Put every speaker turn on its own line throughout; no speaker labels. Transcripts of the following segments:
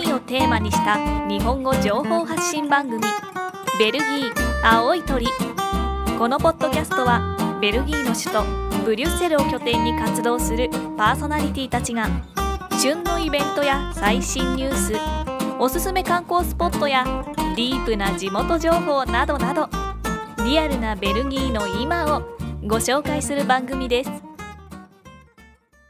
にした日本語情報発信番組「ベルギー青い鳥」このポッドキャストはベルギーの首都ブリュッセルを拠点に活動するパーソナリティたちが旬のイベントや最新ニュースおすすめ観光スポットやディープな地元情報などなどリアルなベルギーの今をご紹介する番組です。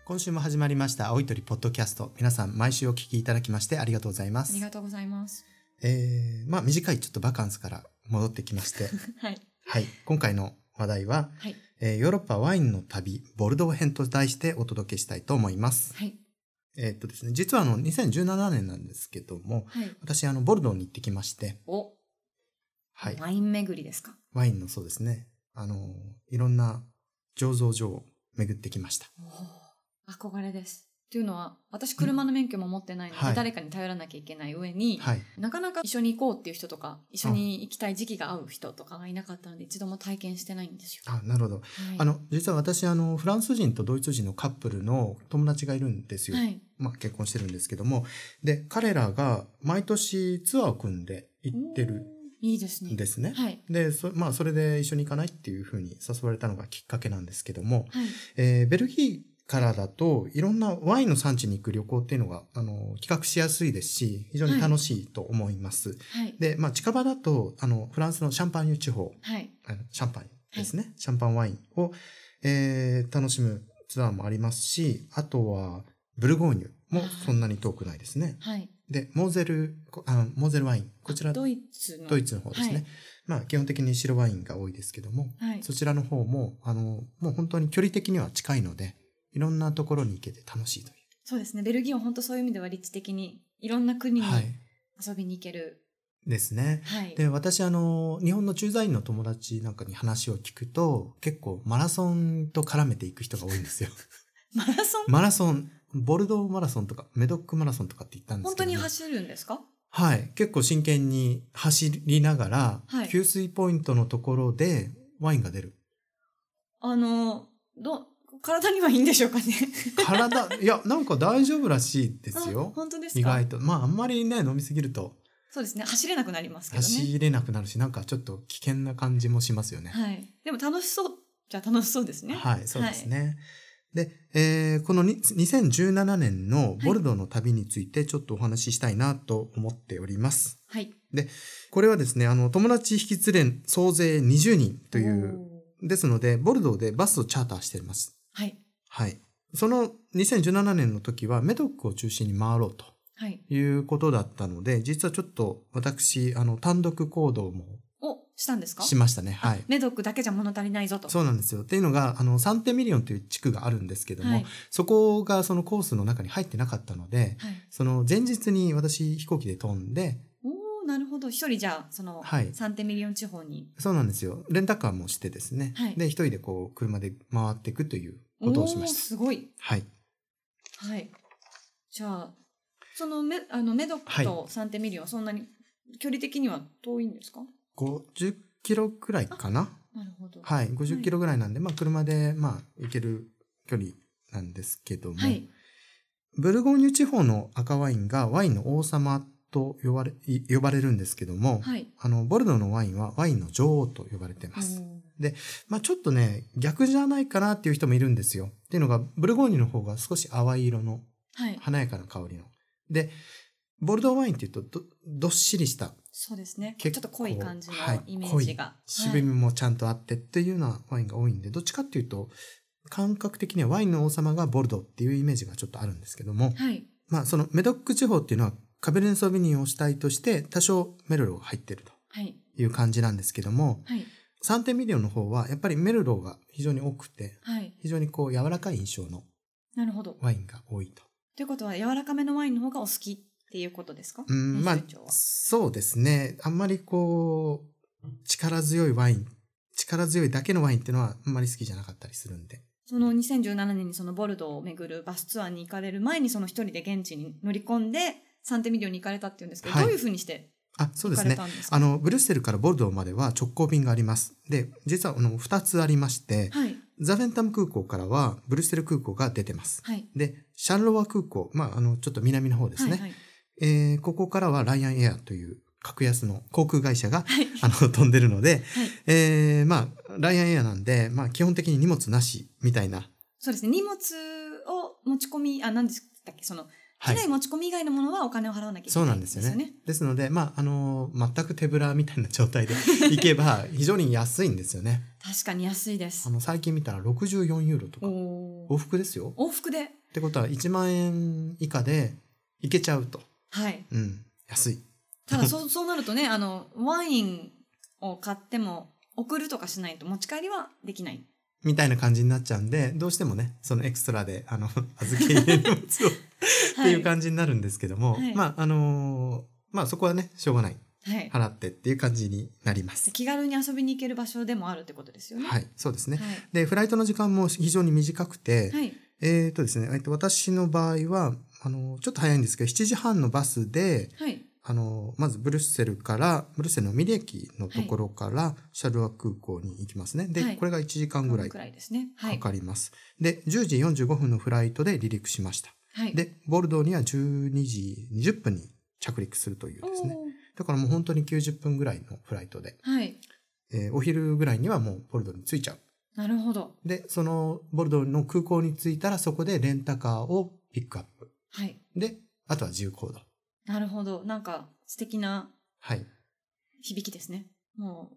今週も始まりました青い鳥ポッドキャスト皆さん毎週お聞きいただきましてありがとうございま
あ
す
りがとうございます。
えー、まあ短いちょっとバカンスから戻ってきまして
はい。
はい今回の話題は、
はい。
えーヨーロッパワインの旅ボルドー編と題してお届けしたいと思います
はい。
えーっとですね実はあの2017年なんですけども
はい。
私あのボルドーに行ってきまして
お、
はい
ワイン巡りですか。
ワインのそうですねあのいろんな醸造所を巡ってきました
憧れです。というのは、私車の免許も持ってないので、
はい
誰かに頼らなきゃいけない上に、
はい
なかなか一緒に行こうっていう人とか、一緒に行きたい時期が合う人とかがいなかったので、一度も体験してないんですよ。
あなるほど
はい、
あの実は私あのフランス人とドイツ人のカップルの友達がいるんですよ、
はい。
まあ、結婚してるんですけどもで彼らが毎年ツアーを組んで行ってる
うん。いいですね。
んですね。
はい。
でそ,、まあ、それで一緒に行かないっていうふうに誘われたのがきっかけなんですけども、
はい。
えーベルギーからだといろんなワインの産地に行く旅行っていうのがあの企画しやすいですし非常に楽しいと思います。
はい。
で、まあ、近場だとあのフランスのシャンパーニュ地方
はい。
あのシャンパンですね、シャンパンワインを、えー楽しむツアーもありますしあとはブルゴーニュもそんなに遠くないですね
はい。
でモーゼルこあモーゼルワインこちらド
ドイツの。
イツの方ですね、
はい
まあ基本的に白ワインが多いですけども
はい。
そちらの方もあのもう本当に距離的には近いのでいろんなところに行けて楽しいとい
そうですね。ベルギーは本当そういう意味では立地的に、いろんな国
う、
に
はい
遊びに行ける。
ですね
はい。
で私あの日本の駐在員の友達なんかに話を聞くと結構マラソンと絡めていく人が多いんですよ
マラソン
マラソン、ボルドーマラソンとか、メドックマラソンとかって言ったんです
本
け
当
ども、
に走るんですか
はい。結構真剣に走りながら、
はい
給水ポイントのところでワインが出る。
あの、ど、体にはいいんでしょうかね。
体、 いや、なんか大丈夫らしいです
あ
よ。
本当です
意
か
外と。まあ、あんまりね、飲みすぎると
そうですね。走れなくなりますけどね。
走れなくなるし、なんかちょっと危険な感じもしますよね。
はい。でも楽しそうじゃ楽しそうですね。
はい、そうですね。で、えーこのに2017年のボルドーの旅についてちょっとお話ししたいなと思っております。
はい。
これはですね、あの、友達引き連れ総勢20人という、
おー。
ですので、ボルドーでバスをチャーターしています。
はい。
はい。その2017年の時はメドックを中心に回ろうと
はい。
いうことだったので、実はちょっと私、あの、単独行動も
をしたんですか
しましたね。
あ
はい。
メドックだけじゃ物足りないぞと。
そうなんですよ。っていうのが、あの、サンテミリオンという地区があるんですけども、
はい。
そこがそのコースの中に入ってなかったので、
はい。
その前日に私飛行機で飛んで、
おーなるほど。一人じゃあ、その、
はい
サンテミリオン地方に。
そうなんですよ。レンタカーもしてですね。
はい
で、一人でこう、車で回っていくという
お
ことをし
ー
ました。
すごい。
はい。
はい。じゃあ、そのメ、あの、メドックとサンテミリオンはそんなに、距離的には遠いんですか
50キロくらいかな。
なるほど。
はい。50キロぐらいなんで、まあ、車で、まあ、行ける距離なんですけども、
はい。
ブルゴーニュ地方の赤ワインがワインの王様と呼ばれ、い呼ばれるんですけども、
はい。
あの、ボルドーのワインはワインの女王と呼ばれてます。まあちょっとね、逆じゃないかなっていう人もいるんですよ。っていうのが、ブルゴーニュの方が少し淡い色の
はい。
華やかな香りの。で、ボルドーワインっていうとど、どっしりした、
そうですね。ちょっ
結
と
構
濃い感じの
はい
イメージが。
渋みもちゃんとあってっていうようなワインが多いんで、どっちかっていうと、感覚的にはワインの王様がボルドーっていうイメージがちょっとあるんですけども、
はい。はい。
まあそのメドック地方っていうのはカベルネソビニンを主体として多少メルローが入ってると
はい。
いう感じなんですけども、
はい。
サンテミリオンの方はやっぱりメルローが非常に多くて、
はい。
非常にこう柔らかい印象の
なるほど。
ワインが多いと。
ということは、柔らかめのワインの方がお好きっていうことですか
うん、まあ
編集長は、
そうですね。あんまりこう、力強いワイン、力強いだけのワインっていうのはあんまり好きじゃなかったりするんで。
その2017年にそのボルドーを巡るバスツアーに行かれる前に、その一人で現地に乗り込んで、サンテミリオンに行かれたっていうんですけど、
はい
どういうふうにして
あ、そうで
行か
す
れ
ね。
たんですか
あの、ブリュッセルからボルドーまでは直行便があります。で、実はあの、2つありまして、
はい。
ザフェンタム空港からはブリュッセル空港が出てます。
はい。
で、シャンロワ空港、まあ、あの、ちょっと南の方ですね。
はい。
えーここからはライアンエアという格安の航空会社が、あの、飛んでるので、えーまあ、ライアンエアなんで、まあ、基本的に荷物なしみたいな。
そうですね。荷物を持ち込み、あ、何でしたっけ、その、機内持ち込み以外のものはお金を払わなきゃいけ
そう
な
ないんですよね。です。ので、まあ、あの全く手ぶらみたいな状態で行けば、非常に安いんですよね。
確かに安いです
あ。の、最近見たら64ユーロとか、
お
往
ー
復ですよ。
往復で。
ってことは、1万円以下で行けちゃうと。
はい。
うん、安い。
ただ、そう、そうなるとね、あの、ワインを買っても、送るとかしないと持ち帰りはできない。
みたいな感じになっちゃうんで、どうしてもね、そのエクストラで、あの、 預け入れる荷物を、っていう感じになるんですけども、
はい
まあ、あのーまあ、そこはね、しょうがない。
じ。はい。
払ってっていう感じになります。
気軽に遊びに行ける場所でもあるってことですよね。
はい、そうですね。
はい。
で、フライトの時間も非常に短くて、
はい。
えっ、とですね、えっと、私の場合は、あの、ちょっと早いんですけど、7時半のバスで、
はい。
あの、まずブルッセルから、ブルッセルのミレ駅のところから、シャルワ空港に行きますね。で、
はい
これが1時間ぐらい
く
から
いですね。はい。
かります。で、10時45分のフライトで離陸しました。
はい。
で、ボルドーには12時20分に着陸するという
おー、
ですね。だからもう本当に90分ぐらいのフライトで、
はい。
えーお昼ぐらいにはもうボルドーに着いちゃう。
なるほど。
で、そのボルドーの空港に着いたらそこでレンタカーをピックアップ。
はい。
で、あとは自由行動。
なるほど。なんか、素敵な
はい。
響きですね。も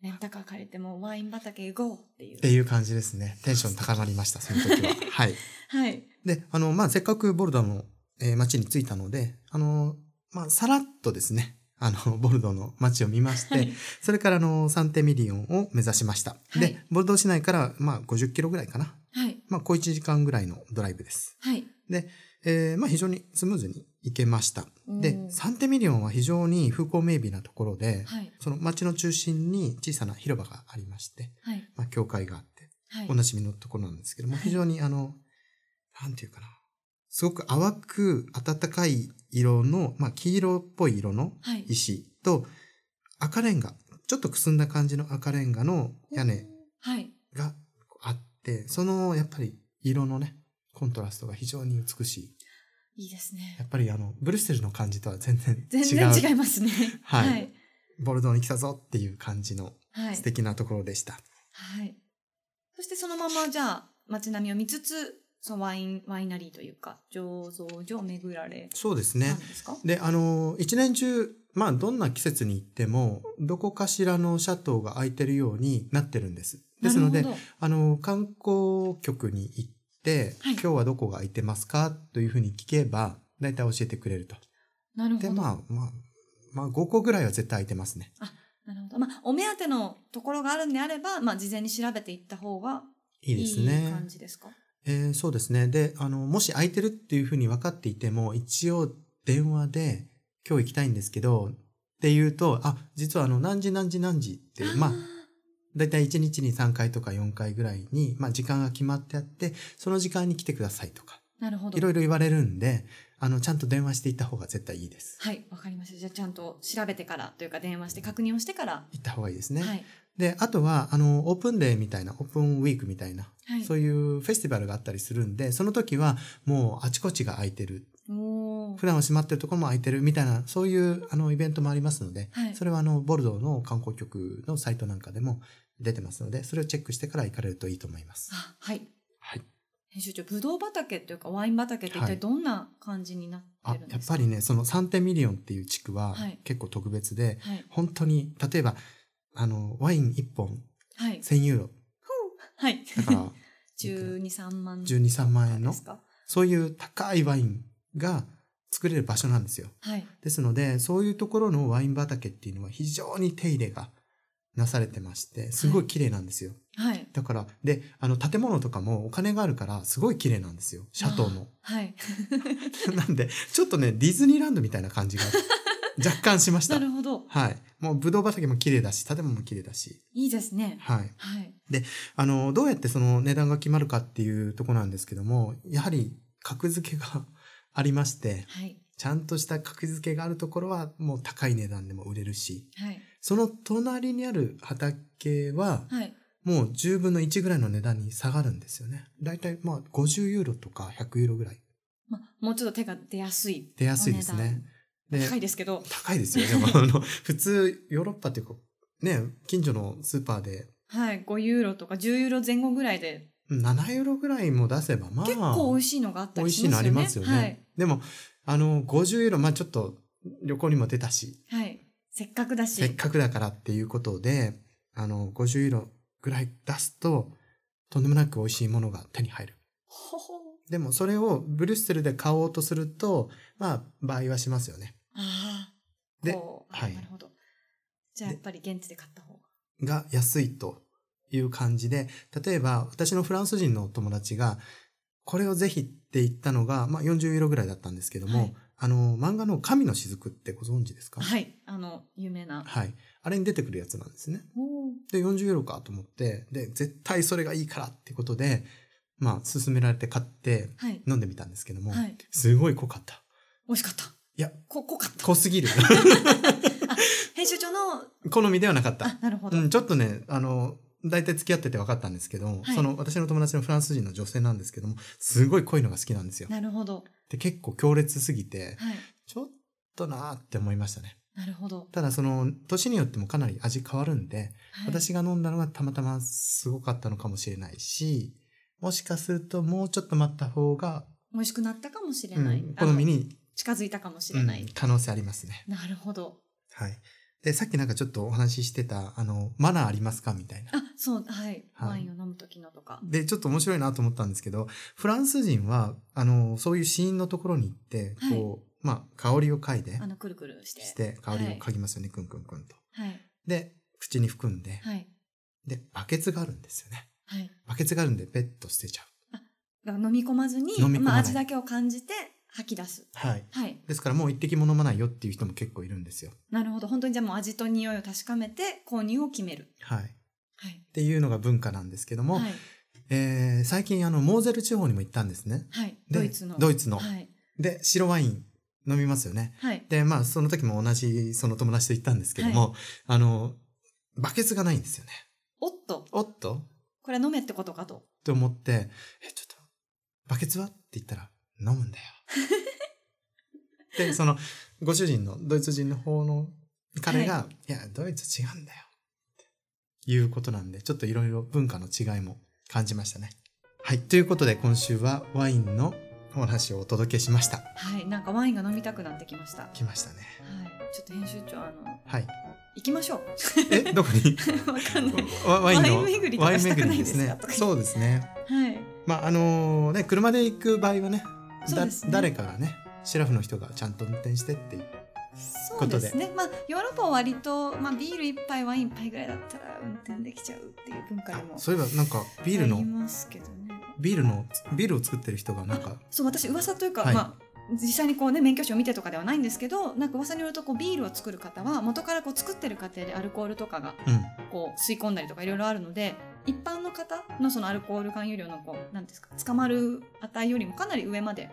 う、レンタカー借りてもワイン畑へゴーっていう。
っていう感じですね。テンション高まりました、その時 は。はい。
はい。
で、あの、まあ、せっかくボルドーの、えー街に着いたので、あの、まあ、さらっとですね、あの、 ボルドーの街を見まして、
はい
それからあの、サンテミリオンを目指しました。
はい
で、ボルドー市内から、まあ、50キロぐらいかな。
はい。
まあ、小1時間ぐらいのドライブです。
はい。
えーまあ、非常にスムーズに行けました。で
お、ー
サンテミリオンは非常に風光明媚なところで、
はい。
その街の中心に小さな広場がありまして、
はい。
まあ、教会があって、
はい
お。なじみのところなんですけども、非常にあの、なんていうかな。すごく淡く暖かい色の、まあ、黄色っぽい色の
はい。
石と、赤レンガ、ちょっとくすんだ感じの赤レンガの屋根
はい。
があって、その、やっぱり色のね、コントラストが非常に美しい。
いいです
や
ね。
っぱりあの、ブルッセルの感じとは全然違う。
全然違いますね。
はい
はい。
ボルドーに来たぞっていう感じの
はい
素。敵なところでした。
はい。そしてそのままじゃあ、街並みを見つつ、そのワイン、ワイナリーというか、醸造所を巡られ
そうです
た
ね
ん。ですか、
で、あの、一年中、まあ、どんな季節に行っても、どこかしらのシャトーが空いてるようになってるんです。ですので
な、るほ
あの、観光局に行って、
はい
今日はどこが空いてますかというふうに聞けば、大体教えてくれると。
ど。なるほ
で、
ど。
まあ、まあ、まあ、5個ぐらいは絶対空いてますね。
なるほど。まあ、お目当てのところがあるんであれば、まあ、事前に調べていった方が
いいです
いい
ね
感。じですか。
えーそうですね。で、あの、もし空いてるっていうふうに分かっていても、一応電話で、今日行きたいんですけど、って言うと、あ、実はあの、何時何時何時って、まあ、だいたい1日に3回とか4回ぐらいに、まあ時間が決まってあって、その時間に来てくださいとか、
なるほど。
いろいろ言われるんで、あの、ちゃんと電話していった方が絶対いいです。
はい、わかりました。じゃあ、ちゃんと調べてからというか、電話して確認をしてから。
行った方がいいですね。
はい。
で、あとは、あの、オープンデーみたいな、オープンウィークみたいな、
はい。
そういうフェスティバルがあったりするんで、その時はもうあちこちが空いてる、
おー
普段は閉まってるところも空いてるみたいな、そういうあのイベントもありますので、
はい
それはあの、ボルドーの観光局のサイトなんかでも出てますので、それをチェックしてから行かれるといいと思います。
あ、はい。
はい。
編集長、ぶどう畑というか、ワイン畑って一
は
体
い
どんな感じになっ
あ
てるん
やっ
ですか、
ぱりねそのサンテミリオンっていう地区は
はい
結構特別で、
はい。
本当に例えばあのワイン1本
はい。
1000ユーロ
はい。
だ から
12、3万。
1 2 3万円
で
の
すか
そういう高いワインが作れる場所なんですよ
はい。
ですのでそういうところのワイン畑っていうのは非常に手入れがなされてましてすごい綺麗なんですよ、
はい。
だからであの建物とかもお金があるからすごい綺麗なんですよシャトーの
はい。
なんでちょっとねディズニーランドみたいな感じ が若干しました
なるほど。
はい。もうブドウ畑も綺麗だし、建物も綺麗だし。
いいですね。
はい。
はい。
あの、どうやってその値段が決まるかっていうとこなんですけども、やはり格付けがありまして、
はい。
ちゃんとした格付けがあるところはもう高い値段でも売れるし、
はい。
その隣にある畑は
はい。
もう10分の1ぐらいの値段に下がるんですよね。だいたいまあ50ユーロとか100ユーロぐらい
まあ、もうちょっと手が出やすい。
出やすいですね。で
高いですけど、
高いですよ。でも、あの、普通、ヨーロッパってこう、ね、近所のスーパーで、
はい、5ユーロとか10ユーロ前後ぐらいで、
7ユーロぐらいも出せば、まあ、
結構美味しいのがあった
美
り
味し
し
いの
ま
あ
す
り
よね。
ますよね。でも、あの、50ユーロ、まあちょっと、旅行にも出たし、
はい。はい。せっかくだし。
せっかくだからっていうことで、あの、50ユーロぐらい出すと、とんでもなく美味しいものが手に入る。
ほほ
でも、それをブリュッセルで買おうとすると、まあ、倍はしますよね。
ああ。
で
こうあ
はい
なるほど。じゃあ
で
やっぱり現地で買った方が。
が安いという感じで、例えば、私のフランス人のお友達が、これをぜひって言ったのが、まあ、40ユーロぐらいだったんですけども、
はい
あの、漫画の神の雫ってご存知ですか
はい。あの、有名な。
はい。あれに出てくるやつなんですね。
おー
で、40ユーロかと思って、で、絶対それがいいからってことで、まあ、勧められて買って
はい。
飲んでみたんですけども、
はい。
すごい濃かった。
美味しかった。
いや、
こ、濃かった。
濃すぎる。
編集長の、
好みではなかった
あ。、なるほ
う
ど。
ん、ちょっとね、あの、大体付き合ってて分かったんですけども、
はい
その私の友達のフランス人の女性なんですけども、すごい濃いのが好きなんですよ。
なるほど。
で、結構強烈すぎて、
はい。
ちょっとなーって思いましたね。
なるほど。
ただその、年によってもかなり味変わるんで、
はい、
私が飲んだのがたまたますごかったのかもしれないし、もしかするともうちょっと待った方が、
美味しくなったかもしれ
う
ない。
ん、好み
あの
に、
近づいたかもしれない。
うん可能性ありますね。
なるほど。
はい。で、さっきなんかちょっとお話ししてた、あの、マナーありますかみたいな。
あ、そう、はい。
はい
ワインを飲む時のとか。
で、ちょっと面白いなと思ったんですけど、フランス人は、あの、そういう死因のところに行って、こう、まあ、香りを嗅いで
あ、の、くるくるして。
して、香りを嗅ぎますよね、クンクンクンと。
はい。
で、口に含んで、
はい。
で、バケツがあるんですよね。
はい。
バケツがあるんで、ペット捨てちゃう。
だから飲み込まずに、
飲み込まない
まあ、味だけを感じて吐き出す。
はい。
はい。
ですからもう一滴も飲まないよっていう人も結構いるんですよ。
なるほど。本当にじゃあもう味と匂いを確かめて購入を決める。
はい。っ
はい。
ていうのが文化なんですけども、
はい。
えー最近あの、モーゼル地方にも行ったんですね。
はい。
で
ドイツの。
ドイツの
はい。
で、白ワイン飲みますよね。
はい。
で、まあ、その時も同じその友達と行ったんですけども、あの、バケツがないんですよね。
おっと、
おっと
これは飲めってことかと。
って思って、え、ちょっと、バケツはって言ったら、飲むんだよ。で、その、ご主人の、ドイツ人の方の彼が、い、や、ドイツ違うんだよ。っていうことなんで、ちょっといろいろ文化の違いも感じましたね。はい。ということで、今週はワインのお話をお届けしました。
はい。なんかワインが飲みたくなってきました。は
来ましたね。
い。ちょっと編集長、あの、
はい。
行きましょう。
え、どこに
わかんない。
ワ ワインの、
ワイン巡りとかしたくないですか
ワイン巡り
とか言って
そうですね。
はい。
まああのね車で行く場合はね
そう
だ
ですね
誰かがねシラフの人がちゃんと運転してっていう
そうですね。まあ、ヨーロッパは割と、まあ、ビール一杯、ワイン一杯ぐらいだったら運転できちゃうっていう文化
あ
でも。
そういえばなんかビール
あり
の
ますけどね。
ビールのビールを作ってる人がなんか
そう私噂というか、
はい
まあ実際にこうね免許証を見てとかではないんですけどなんか噂によるとこうビールを作る方は元からこう作ってる過程でアルコールとかが
うん
こう吸い込んだりとかいろいろあるので一般の方のそのアルコール含有量のこうなんですか捕まる値よりもかなり上まで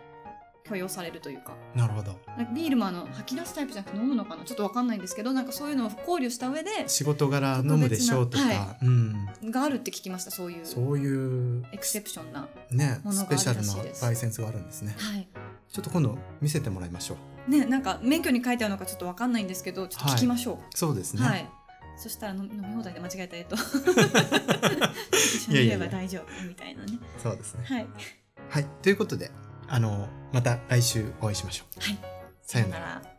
許容されるというか
なるほど
なんかビールもあの吐き出すタイプじゃなくて飲むのかなちょっとわかんないんですけどなんかそういうのを考慮した上で
仕事柄飲むでしょうとか、
特別な
うん
があるって聞きましたそういう
そういう
エクセプションな、は
ね
もの
ス
がある
ペ
らし
シ
い
ャ
で
ル
す
なライセンスがあるんですね
い
ちょっと今度見せてもらいましょう
ね、なんか免許に書いてあるのかちょっとわかんないんですけどちょっと聞きましょう。
そうですね、
はい。そしたら飲み飲み放題で間違えたえ っと一緒
いやいや
にいれ
いや
ば大丈夫みたいなね。
そうですね
はい。
はいということであのまた来週お会いしましょう
はい。
さようなら
ら。